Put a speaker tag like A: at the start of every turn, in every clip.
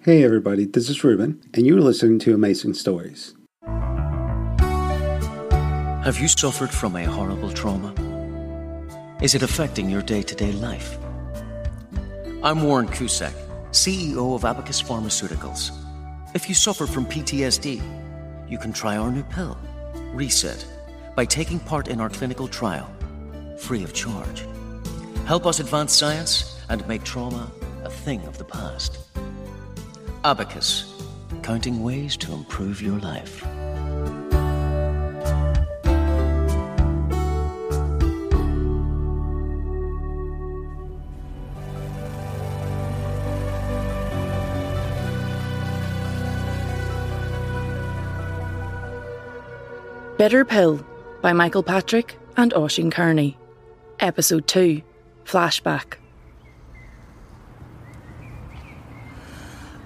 A: Hey, everybody, this is Ruben, and you're listening to Amazing Stories.
B: Have you suffered from a horrible trauma? Is it affecting your day to day life? I'm Warren Cusack, CEO of Abacus Pharmaceuticals. If you suffer from PTSD, you can try our new pill, Reset, by taking part in our clinical trial, free of charge. Help us advance science and make trauma a thing of the past. Abacus, counting ways to improve your life.
C: Bitter Pill by Michael Patrick and Oisin Kearney. Episode 2 Flashback.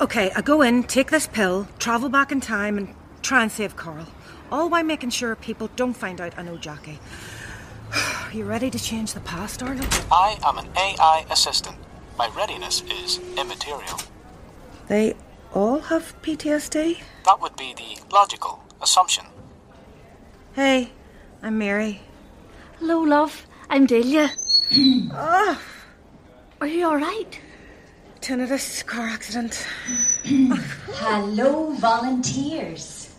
D: Okay, I go in, take this pill, travel back in time, and try and save Carl. All while making sure people don't find out I know Jackie. Are you ready to change the past, Arnold?
E: I am an AI assistant. My readiness is immaterial.
D: They all have PTSD?
E: That would be the logical assumption.
D: Hey, I'm Mary.
F: Hello, love. I'm Delia. Ah. Are you all right?
D: Tinnitus, car accident.
G: Hello, volunteers.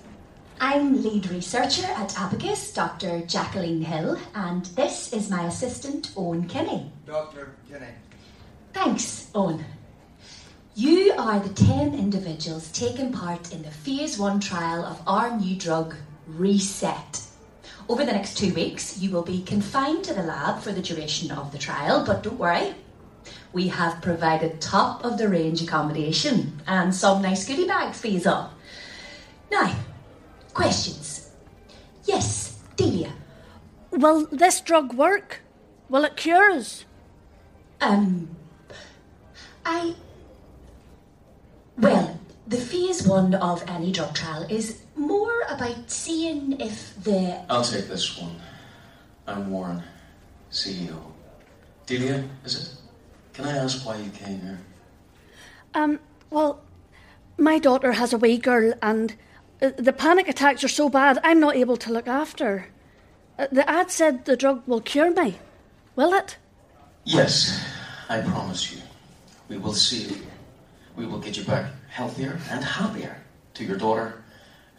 G: I'm lead researcher at Abacus, Dr. Jacqueline Hill, and this is my assistant, Owen Kinney.
H: Dr. Kinney.
G: Thanks, Owen. You are the 10 individuals taking part in the phase 1 trial of our new drug, Reset. Over the next two weeks, you will be confined to the lab for the duration of the trial, but don't worry, we have provided top of the range accommodation and some nice goodie bags for you all. Now, questions. Yes, Delia.
F: Will this drug work? Will it cure us?
G: Um, I. Well, the phase one of any drug trial is more about seeing if the.
I: I'll take this one. I'm Warren, CEO. Delia, is it? Can I ask why you came here?
F: Um, well, my daughter has a wee girl, and uh, the panic attacks are so bad I'm not able to look after. Uh, the ad said the drug will cure me. Will it?
I: Yes, I promise you. We will see you. We will get you back healthier and happier to your daughter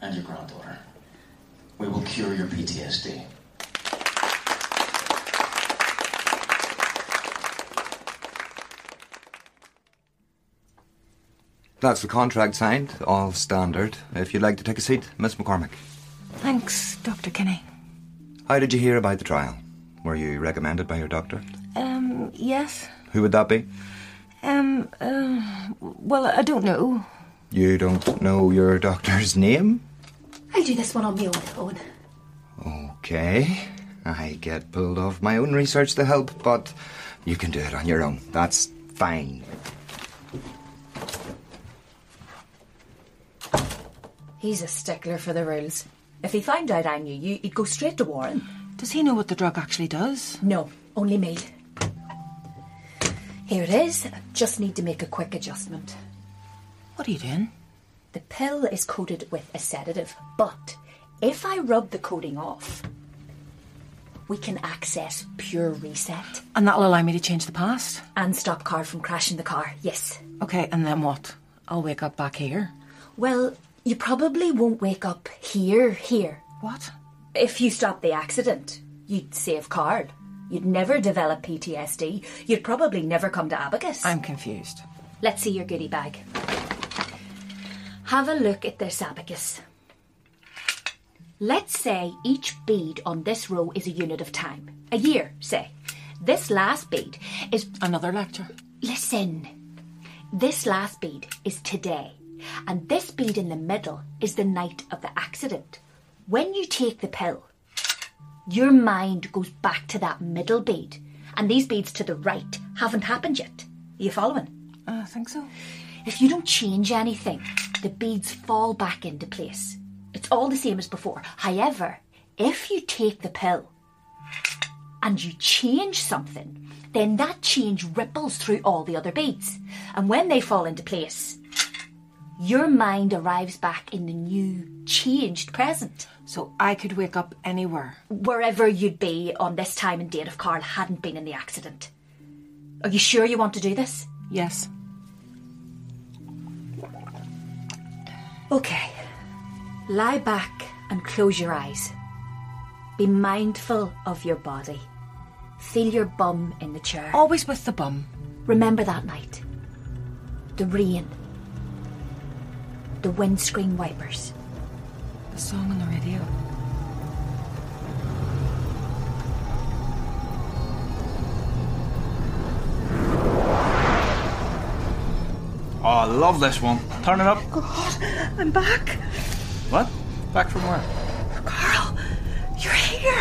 I: and your granddaughter. We will cure your PTSD.
H: That's the contract signed, all standard. If you'd like to take a seat, Miss McCormick.
D: Thanks, Dr. Kinney.
H: How did you hear about the trial? Were you recommended by your doctor?
D: Um, yes?
H: Who would that be?
D: Um, uh, well, I don't know.
H: You don't know your doctor's name?
G: I do this one on my own, Owen.
H: Okay. I get pulled off my own research to help, but you can do it on your own. That's fine.
J: He's a stickler for the rules. If he found out I knew you, he'd go straight to Warren.
D: Does he know what the drug actually does?
J: No, only me. Here it is. I just need to make a quick adjustment.
D: What are you doing?
J: The pill is coated with a sedative, but if I rub the coating off, we can access pure reset
D: And that'll allow me to change the past.
J: and stop Car from crashing the car. Yes.
D: Okay, and then what? I'll wake up back here.
J: Well, you probably won't wake up here, here.
D: What?
J: If you stop the accident, you'd save Carl. You'd never develop PTSD. You'd probably never come to Abacus.
D: I'm confused.
J: Let's see your goodie bag. Have a look at this abacus. Let's say each bead on this row is a unit of time. A year, say. This last bead is.
D: Another lecture.
J: Listen. This last bead is today. And this bead in the middle is the night of the accident. When you take the pill, your mind goes back to that middle bead. And these beads to the right haven't happened yet. Are you following?
D: Uh, I think so.
J: If you don't change anything, the beads fall back into place. It's all the same as before. However, if you take the pill and you change something, then that change ripples through all the other beads. And when they fall into place, your mind arrives back in the new, changed present.
D: So I could wake up anywhere.
J: Wherever you'd be on this time and date if Carl hadn't been in the accident. Are you sure you want to do this?
D: Yes.
J: Okay. Lie back and close your eyes. Be mindful of your body. Feel your bum in the chair.
D: Always with the bum.
J: Remember that night. The rain. The windscreen wipers.
D: The song on the radio.
I: Oh, I love this one. Turn it up.
D: God, I'm back.
I: What? Back from where?
D: Carl, you're here.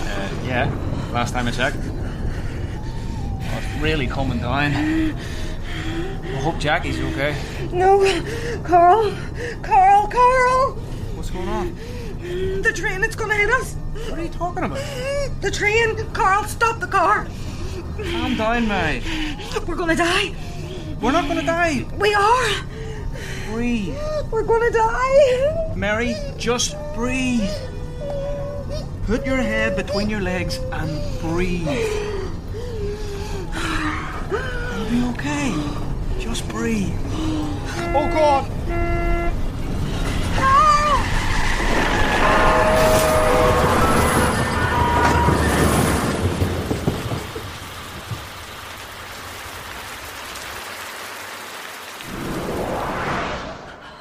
I: Uh, yeah. Last time I checked. Oh, it's really coming down. I hope Jackie's okay.
D: No, Carl, Carl, Carl.
I: What's going on?
D: The train, it's gonna hit us.
I: What are you talking about?
D: The train, Carl, stop the car.
I: Calm down, mate.
D: We're gonna die.
I: We're not gonna die.
D: We are.
I: Breathe.
D: We're gonna die.
I: Mary, just breathe. Put your head between your legs and breathe. You'll be okay. Just breathe. Oh God!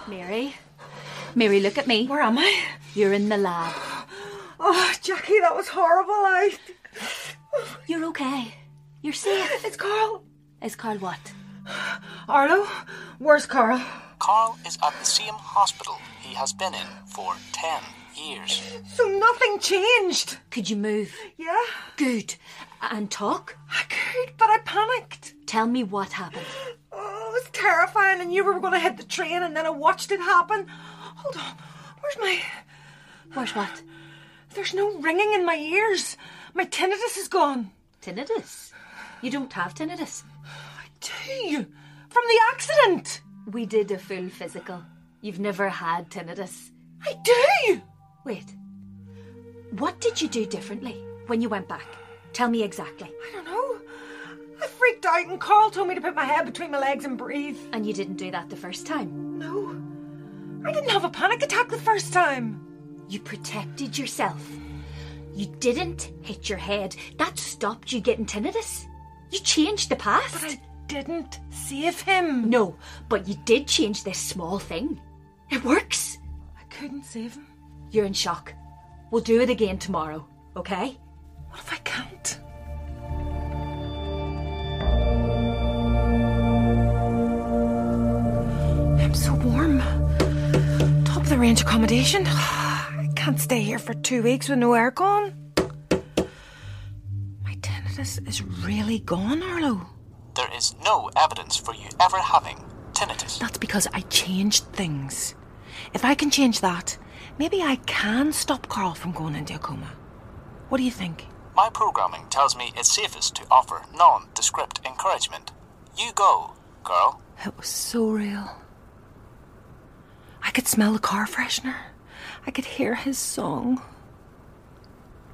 J: Mary? Mary, look at me.
D: Where am I?
J: You're in the lab.
D: Oh, Jackie, that was horrible. I.
J: You're okay. You're safe.
D: It's Carl.
J: Is Carl what?
D: Arlo, where's Carl?
E: Carl is at the same hospital he has been in for 10 years.
D: So nothing changed.
J: Could you move?
D: Yeah,
J: Good. And talk?
D: I could, but I panicked.
J: Tell me what happened.
D: Oh, it was terrifying. I knew we were going to hit the train, and then I watched it happen. Hold on. Where's my.
J: Where's what?
D: There's no ringing in my ears. My tinnitus is gone.
J: Tinnitus. You don't have tinnitus.
D: Gee, from the accident.
J: We did a full physical. You've never had tinnitus.
D: I do.
J: Wait. What did you do differently when you went back? Tell me exactly.
D: I don't know. I freaked out, and Carl told me to put my head between my legs and breathe.
J: And you didn't do that the first time.
D: No. I didn't have a panic attack the first time.
J: You protected yourself. You didn't hit your head. That stopped you getting tinnitus. You changed the past.
D: But I didn't save him.
J: No, but you did change this small thing. It works.
D: I couldn't save him.
J: You're in shock. We'll do it again tomorrow, okay?
D: What if I can't? I'm so warm. Top of the range accommodation. I can't stay here for two weeks with no aircon. My tinnitus is really gone, Arlo.
E: There is no evidence for you ever having tinnitus.
D: That's because I changed things. If I can change that, maybe I can stop Carl from going into a coma. What do you think?
E: My programming tells me it's safest to offer nondescript encouragement. You go, girl.
D: It was so real. I could smell the car freshener. I could hear his song.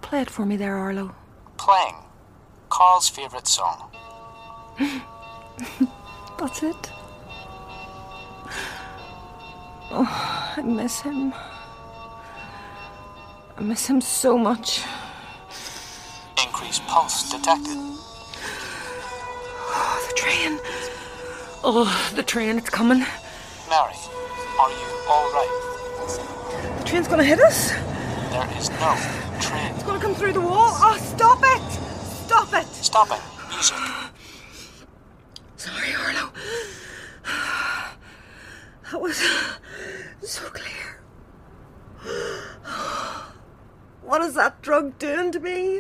D: Play it for me there, Arlo.
E: Playing. Carl's favorite song.
D: That's it. Oh, I miss him. I miss him so much.
E: Increased pulse detected.
D: Oh, the train. Oh, the train, it's coming.
E: Mary, are you alright?
D: The train's gonna hit us.
E: There is no train.
D: It's gonna come through the wall. Oh, stop it! Stop it!
E: Stop it. Music.
D: Sorry, Arlo. That was so clear. What is that drug doing to me?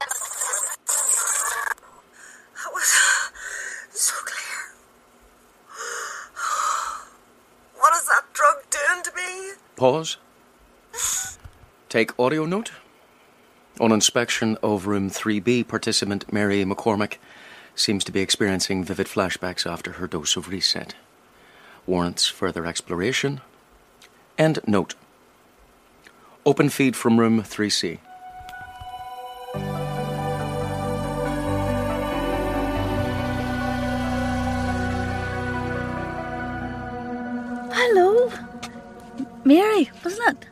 D: That was so clear. What is that drug doing to me?
B: Pause. Take audio note. On inspection of room 3B, participant Mary McCormick seems to be experiencing vivid flashbacks after her dose of reset. warrants further exploration. End note. Open feed from room 3C.
F: Hello. Mary, wasn't it?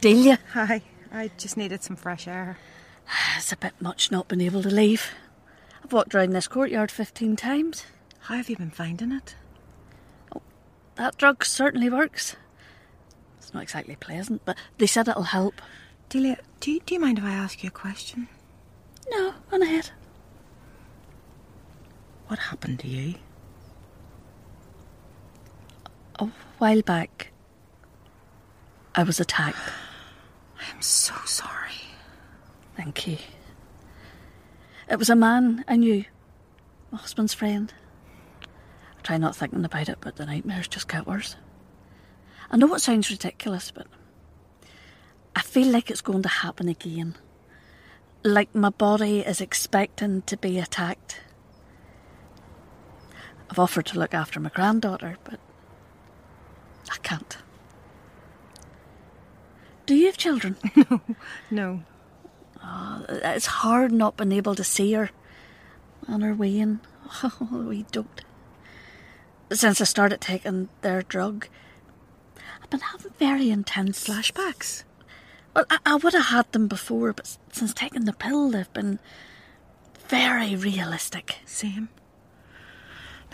F: Delia.
D: Hi. I just needed some fresh air.
F: It's a bit much not being able to leave. I've walked round this courtyard 15 times.
D: How have you been finding it?
F: That drug certainly works. It's not exactly pleasant, but they said it'll help.
D: Delia, do you, do you mind if I ask you a question?
F: No, on ahead.
D: What happened to you?
F: A while back, I was attacked.
D: I'm so sorry.
F: Thank you. It was a man I knew, my husband's friend. I try not thinking about it, but the nightmares just get worse. I know it sounds ridiculous, but I feel like it's going to happen again. Like my body is expecting to be attacked. I've offered to look after my granddaughter, but I can't. Do you have children?
D: No, no.
F: Oh, it's hard not being able to see her on her wean. Oh, we dote. Since I started taking their drug, I've been having very intense
D: flashbacks.
F: Well, I, I would have had them before, but since taking the pill, they've been very realistic.
D: Same.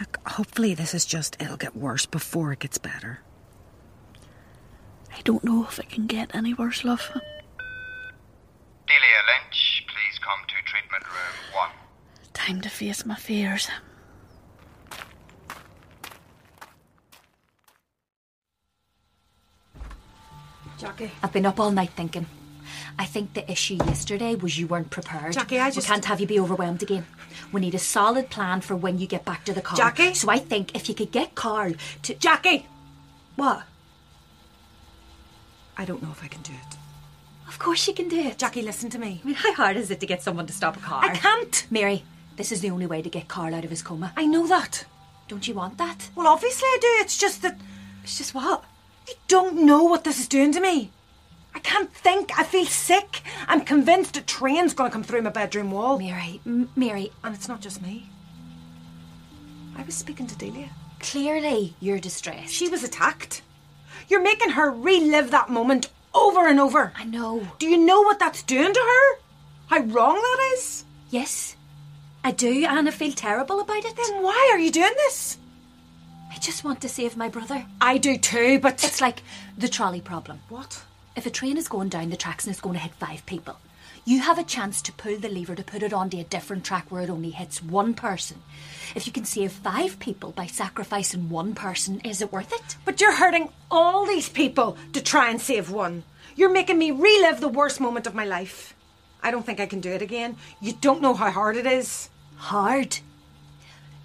D: Look, hopefully this is just it'll get worse before it gets better.
F: I don't know if it can get any worse, love.
K: Delia Lynch, please come to treatment room one.
F: Time to face my fears.
D: Jackie.
J: I've been up all night thinking. I think the issue yesterday was you weren't prepared.
D: Jackie, I just-
J: We can't have you be overwhelmed again. We need a solid plan for when you get back to the car.
D: Jackie?
J: So I think if you could get Carl to.
D: Jackie!
J: What?
D: I don't know if I can do it.
J: Of course you can do it.
D: Jackie, listen to me.
J: I mean, how hard is it to get someone to stop a car?
D: I can't!
J: Mary, this is the only way to get Carl out of his coma.
D: I know that.
J: Don't you want that?
D: Well, obviously I do. It's just that
J: It's just what?
D: I don't know what this is doing to me. I can't think. I feel sick. I'm convinced a train's going to come through my bedroom wall.
J: Mary, M- Mary,
D: And it's not just me. I was speaking to Delia.
J: clearly you're distressed.
D: She was attacked. You're making her relive that moment over and over.
J: I know.
D: Do you know what that's doing to her? How wrong that is?
J: Yes, I do, and I feel terrible about it.
D: Then why are you doing this?
J: I just want to save my brother.
D: I do too, but
J: It's like the trolley problem.
D: what?
J: If a train is going down the tracks and it's going to hit five people, you have a chance to pull the lever to put it onto a different track where it only hits one person. If you can save five people by sacrificing one person, is it worth it?
D: But you're hurting all these people to try and save one. You're making me relive the worst moment of my life. I don't think I can do it again. You don't know how hard it is.
J: Hard.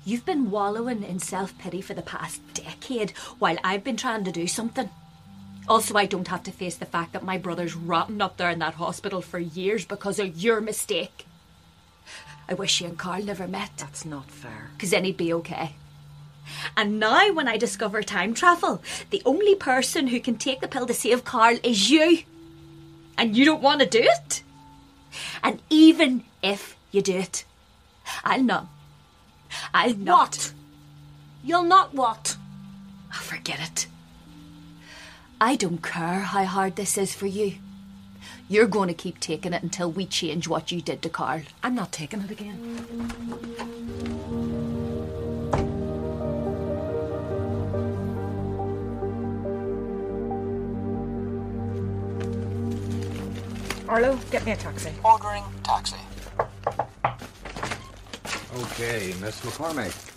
J: You've been wallowing in self pity for the past decade while I've been trying to do something. Also, I don't have to face the fact that my brother's rotting up there in that hospital for years because of your mistake. I wish you and Carl never met.
D: That's not fair.
J: because then he'd be okay. And now, when I discover time travel, the only person who can take the pill to save Carl is you. And you don't want to do it. And even if you do it, I'll not. I'll not.
D: What? You'll not what?
J: Oh, forget it. I don't care how hard this is for you. You're going to keep taking it until we change what you did to Carl.
D: I'm not taking it again. Arlo, get me a taxi.
E: Ordering taxi.
H: Okay, Miss McCormick.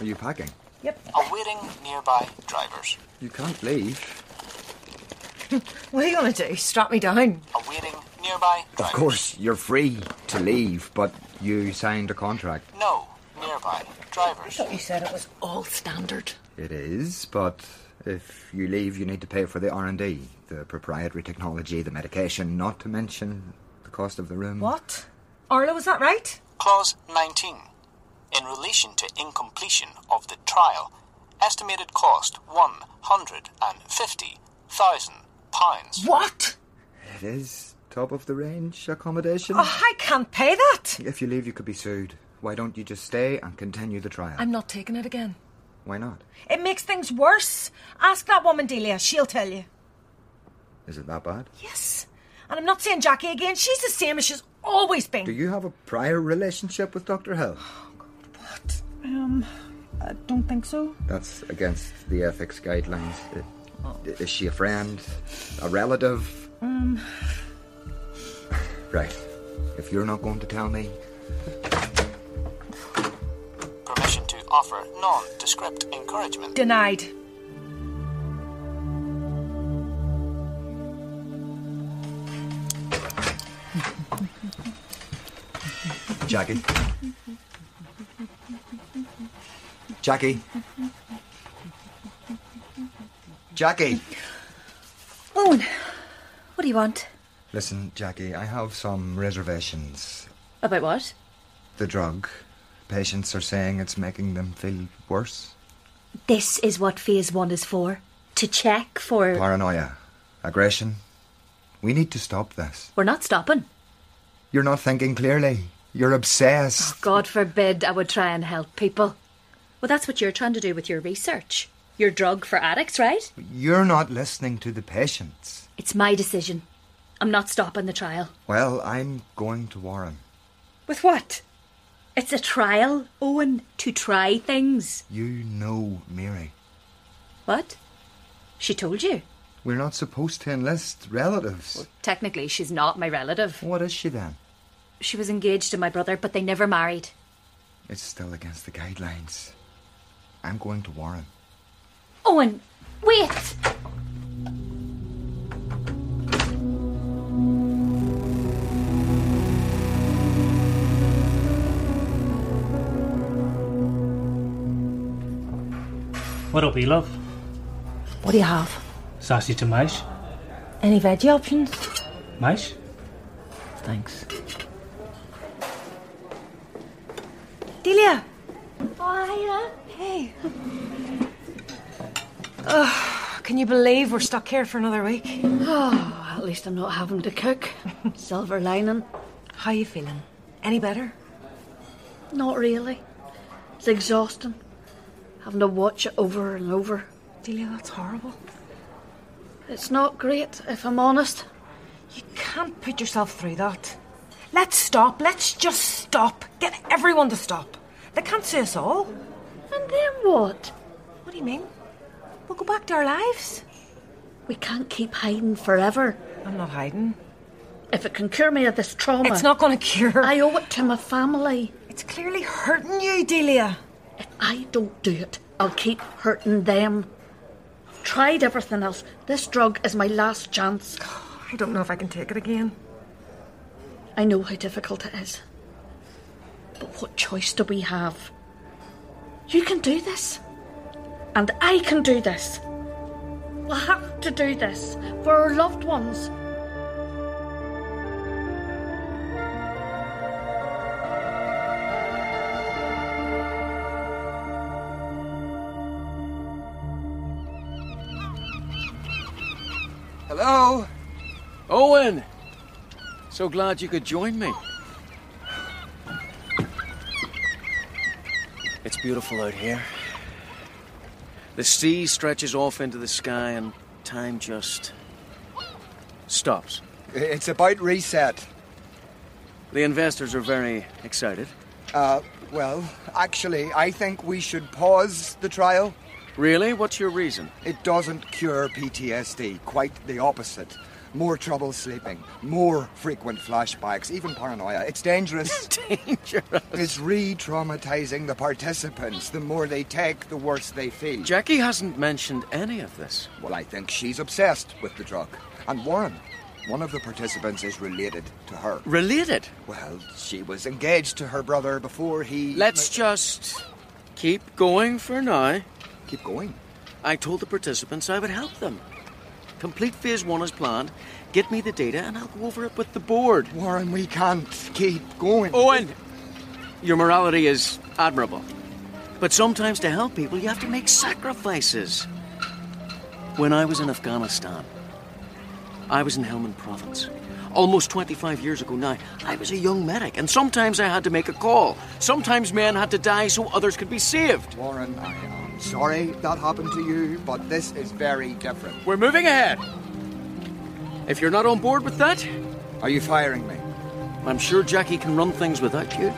H: Are you packing?
D: Yep.
E: Awaiting nearby drivers.
H: You can't leave.
D: What are you going to do? Strap me down.
E: Awaiting nearby drivers.
H: Of course, you're free to leave, but you signed a contract.
E: No nearby drivers.
D: You said it was
J: All standard.
H: It is, but if you leave, you need to pay for the R&D, the proprietary technology, the medication, not to mention the cost of the room.
D: What? Arlo, was that right?
E: Clause 19. In relation to incompletion of the trial, Estimated cost £150,000.
D: What?
H: It is top of the range accommodation.
D: Oh, I can't pay that.
H: If you leave, you could be sued. Why don't you just stay and continue the trial?
D: I'm not taking it again.
H: Why not?
D: It makes things worse. Ask that woman, Delia. She'll tell you.
H: Is it that bad?
D: Yes. And I'm not saying Jackie again. She's the same as she's always been.
H: Do you have a prior relationship with Dr. Hill?
D: Um, I don't think so.
H: That's against the ethics guidelines. Uh, Is she a friend? A relative?
D: Um,
H: Right. If you're not going to tell me,
E: Permission to offer nondescript encouragement.
D: denied.
H: Jackie. Jackie. Jackie.
J: Owen, what do you want?
H: Listen, Jackie, I have some reservations.
J: About what?
H: The drug. Patients are saying it's making them feel worse.
J: This is what phase one is for. To check for.
H: Paranoia. Aggression. We need to stop this.
J: We're not stopping.
H: You're not thinking clearly. You're obsessed.
J: God forbid I would try and help people. Well, that's what you're trying to do with your research. Your drug for addicts, right?
H: You're not listening to the patients.
J: It's my decision. I'm not stopping the trial.
H: Well, I'm going to Warren.
J: With what? It's a trial, Owen, to try things.
H: You know Mary.
J: What? She told you.
H: We're not supposed to enlist relatives.
J: Technically, she's not my relative.
H: What is she then?
J: She was engaged to my brother, but they never married.
H: It's still against the guidelines. I'm going to Warren.
J: Owen, wait!
L: What up, love?
M: What do you have?
L: Sausage and mash.
M: Any veggie options?
L: Mash?
M: Thanks.
D: Delia.
J: Hiya.
D: Hey. Ugh, can you believe we're stuck here for another week?
M: Oh, at least I'm not having to cook. Silver lining.
D: How you feeling? Any better?
M: Not really. It's exhausting. Having to watch it over and over.
D: Delia, that's horrible.
M: It's not great, if I'm honest.
D: You can't put yourself through that. Let's stop. Let's just stop. Get everyone to stop. They can't see us all.
M: And then what?
D: What do you mean? We'll go back to our lives.
M: We can't keep hiding forever.
D: I'm not hiding.
M: If it can cure me of this trauma.
D: It's not going to cure.
M: I owe it to my family.
D: It's clearly hurting you, Delia.
M: If I don't do it, I'll keep hurting them. I've tried everything else. This drug is my last chance.
D: I don't know if I can take it again.
M: I know how difficult it is. But what choice do we have? You can do this. And I can do this. We'll have to do this for our loved ones.
H: Hello?
B: Oh. Owen! So glad you could join me. It's beautiful out here. The sea stretches off into the sky, and time just stops.
H: It's about reset.
B: The investors are very excited.
H: Uh, well, actually, I think we should pause the trial.
B: Really? What's your reason?
H: It doesn't cure PTSD, quite the opposite. More trouble sleeping, more frequent flashbacks, even paranoia. It's dangerous.
B: dangerous.
H: It's re traumatizing the participants. The more they take, the worse they feel.
B: Jackie hasn't mentioned any of this.
H: Well, I think she's obsessed with the drug. And Warren, one of the participants, is related to her.
B: Related?
H: Well, she was engaged to her brother before he. Uh,
B: Let's just keep going for now.
H: Keep going.
B: I told the participants I would help them. Complete phase one as planned. Get me the data and I'll go over it with the board.
H: Warren, we can't keep going.
B: Owen! Your morality is admirable. But sometimes to help people, you have to make sacrifices. When I was in Afghanistan, I was in Helmand province. Almost 25 years ago now, I was a young medic, and sometimes I had to make a call. Sometimes men had to die so others could be saved.
H: Warren, I am sorry that happened to you, but this is very different.
B: We're moving ahead. If you're not on board with that,
H: are you firing me?
B: I'm sure Jackie can run things without you.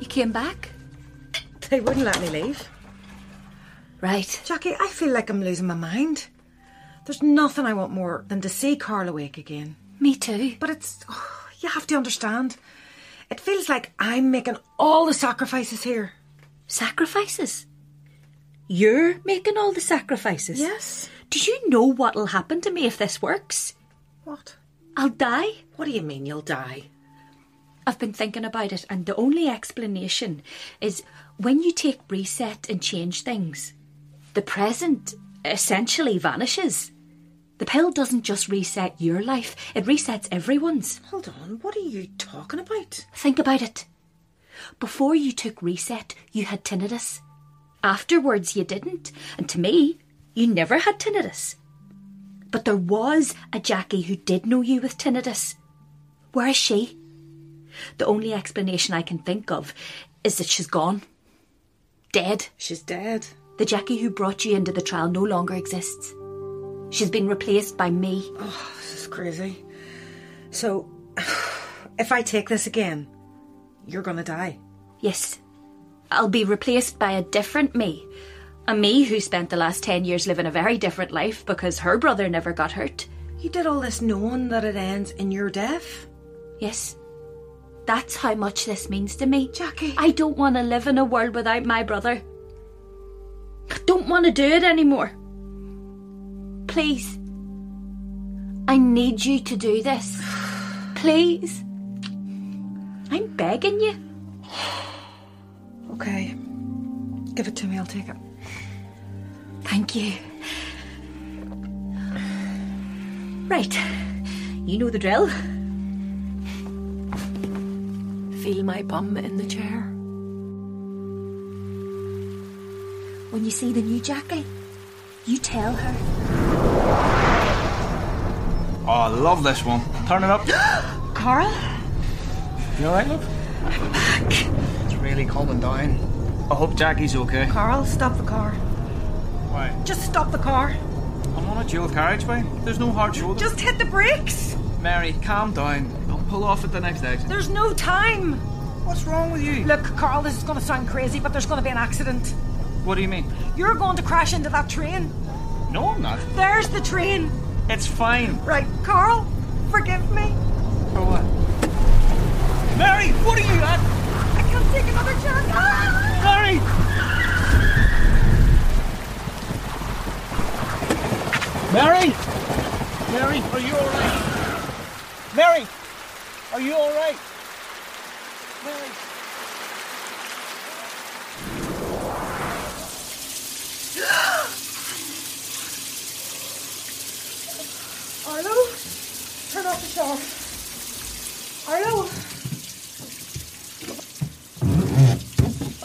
J: You came back?
D: They wouldn't let me leave.
J: Right.
D: Jackie, I feel like I'm losing my mind. There's nothing I want more than to see Carl awake again.
J: Me too.
D: But it's. oh, you have to understand. It feels like I'm making all the sacrifices here.
J: Sacrifices? You're making all the sacrifices.
D: Yes.
J: Do you know what'll happen to me if this works?
D: What?
J: I'll die.
D: What do you mean you'll die?
J: I've been thinking about it, and the only explanation is when you take reset and change things, the present essentially vanishes. The pill doesn't just reset your life, it resets everyone's.
D: Hold on, what are you talking about?
J: Think about it. Before you took reset, you had tinnitus. Afterwards, you didn't. And to me, you never had tinnitus. But there was a Jackie who did know you with tinnitus. Where is she? The only explanation I can think of is that she's gone. Dead.
D: She's dead.
J: The Jackie who brought you into the trial no longer exists. She's been replaced by me.
D: Oh, this is crazy. So, if I take this again, you're gonna die.
J: Yes. I'll be replaced by a different me. A me who spent the last 10 years living a very different life because her brother never got hurt.
D: You did all this knowing that it ends in your death?
J: Yes. That's how much this means to me.
D: Jackie.
J: I don't want to live in a world without my brother. I don't want to do it anymore. Please. I need you to do this. Please. I'm begging you.
D: Okay. Give it to me, I'll take it.
J: Thank you. Right. You know the drill.
N: Feel my bum in the chair.
J: When you see the new Jackie, you tell her.
K: Oh, I love this one.
L: Turn it up.
D: Carl?
L: You alright, love? I'm back.
H: It's really calming down.
L: I hope Jackie's okay.
D: Carl, stop the car.
L: Why?
D: Just stop the car.
K: I'm on a dual carriageway. There's no hard shoulder.
D: Just hit the brakes.
K: Mary, calm down. I'll pull off at the next exit.
D: There's no time.
K: What's wrong with you?
D: Look, Carl, this is going to sound crazy, but there's going to be an accident.
K: What do you mean?
D: You're going to crash into that train.
K: No, I'm not.
D: There's the train.
K: It's fine.
D: Right, Carl, forgive me.
K: For what? Mary, what are you at?
D: I can't take another chance. Ah!
K: Mary! Mary! Mary, are you alright? Mary! Are you alright? Mary!
D: Arlo, turn off the shower. Arlo.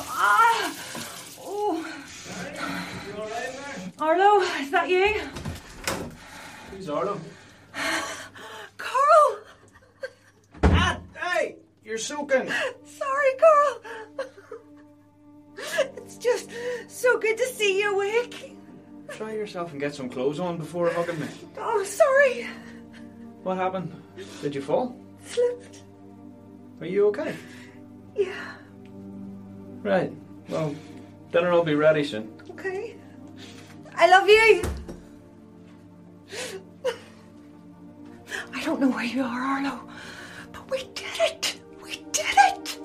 D: Ah! Oh. Arlo, is that you?
K: Who's Arlo?
D: Carl!
K: Ah, hey! You're soaking!
D: Sorry, Carl. it's just so good to see you awake.
K: Try yourself and get some clothes on before hugging me.
D: Oh, sorry.
K: What happened? Did you fall?
D: Slipped.
K: Are you okay?
D: Yeah,
K: Right. Well, dinner will be ready soon.
D: okay. I love you. I don't know where you are, Arlo, but we did it. We did it.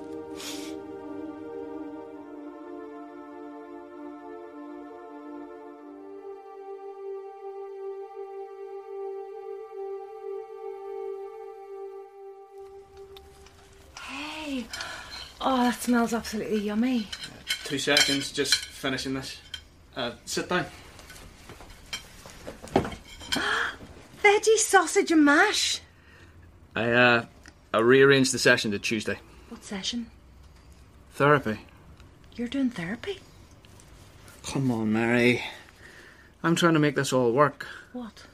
D: Hey. Oh, that smells absolutely yummy.
K: Two seconds, just finishing this.
E: Uh, sit down.
D: Veggie sausage and mash.
E: I, uh, I rearranged the session to Tuesday.
D: What session?
E: Therapy.
D: You're doing therapy?
E: Come on, Mary. I'm trying to make this all work.
D: What?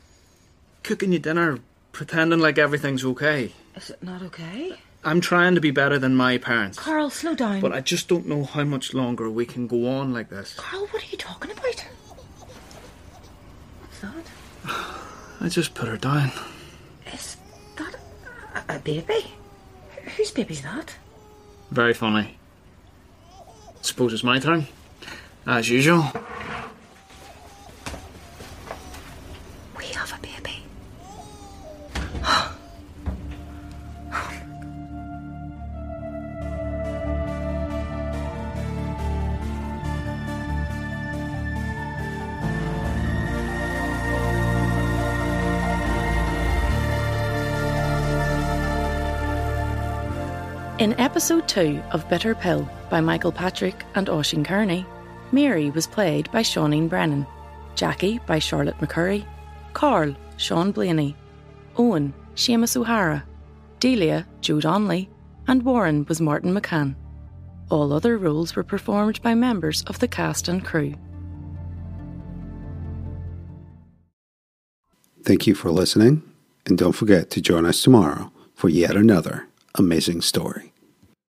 E: Cooking you dinner, pretending like everything's okay.
D: Is it not okay?
E: I'm trying to be better than my parents.
D: Carl, slow down.
E: But I just don't know how much longer we can go on like this.
D: Carl, what are you talking about? What's that?
E: I just put her down.
D: Is that a, a baby? Wh- Whose baby's that?
E: Very funny. Suppose it's my turn. As usual.
D: We have a baby.
C: In episode 2 of Bitter Pill by Michael Patrick and Oisin Kearney, Mary was played by Shauneen Brennan, Jackie by Charlotte McCurry, Carl, Sean Blaney, Owen, Seamus O'Hara, Delia, Jude Onley, and Warren was Martin McCann. All other roles were performed by members of the cast and crew.
A: Thank you for listening, and don't forget to join us tomorrow for yet another amazing story.